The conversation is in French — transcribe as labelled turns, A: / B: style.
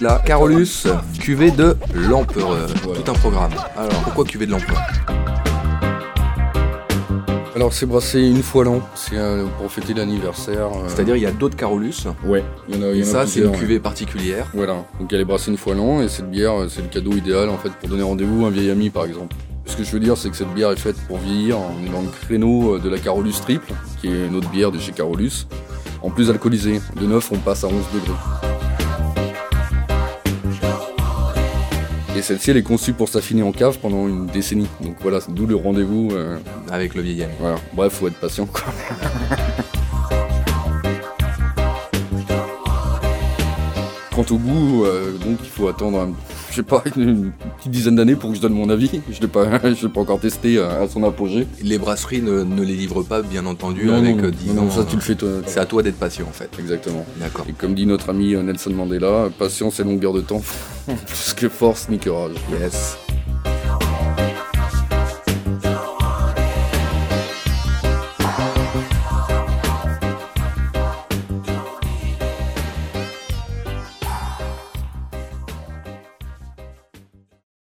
A: la Carolus, cuvée de l'empereur. Tout un programme. Alors, pourquoi cuvée de l'empereur
B: Alors c'est brassé une fois l'an, c'est euh, pour fêter l'anniversaire. euh,
A: C'est-à-dire, il y a d'autres Carolus,
B: Ouais, il y en a, il y
A: et
B: en a
A: ça, c'est
B: plusieurs,
A: une
B: ouais.
A: cuvée particulière.
B: Voilà, donc elle est brassée une fois l'an et cette bière, euh, c'est le cadeau idéal en fait pour donner rendez-vous à un vieil ami par exemple. Ce que je veux dire, c'est que cette bière est faite pour vieillir. On est dans le créneau euh, de la Carolus triple, qui est une autre bière de chez Carolus, en plus alcoolisée. De 9, on passe à 11 degrés. Et celle-ci, elle est conçue pour s'affiner en cave pendant une décennie. Donc voilà, c'est d'où le rendez-vous. euh,
A: Avec le vieil ami.
B: voilà. Bref, faut être patient quoi. Quant au goût, euh, donc il faut attendre, un- je sais pas, une petite dizaine d'années pour que je donne mon avis. Je l'ai pas, je l'ai pas encore testé euh, à son apogée.
A: Les brasseries ne, ne les livrent pas, bien entendu,
B: Non,
A: avec
B: non,
A: euh, 10
B: non, non,
A: ans.
B: ça tu le fais toi.
A: C'est à toi d'être patient, en fait.
B: Exactement.
A: D'accord.
B: Et comme dit notre ami euh, Nelson Mandela, patience et longueur de temps, plus que force ni courage.
A: Yes.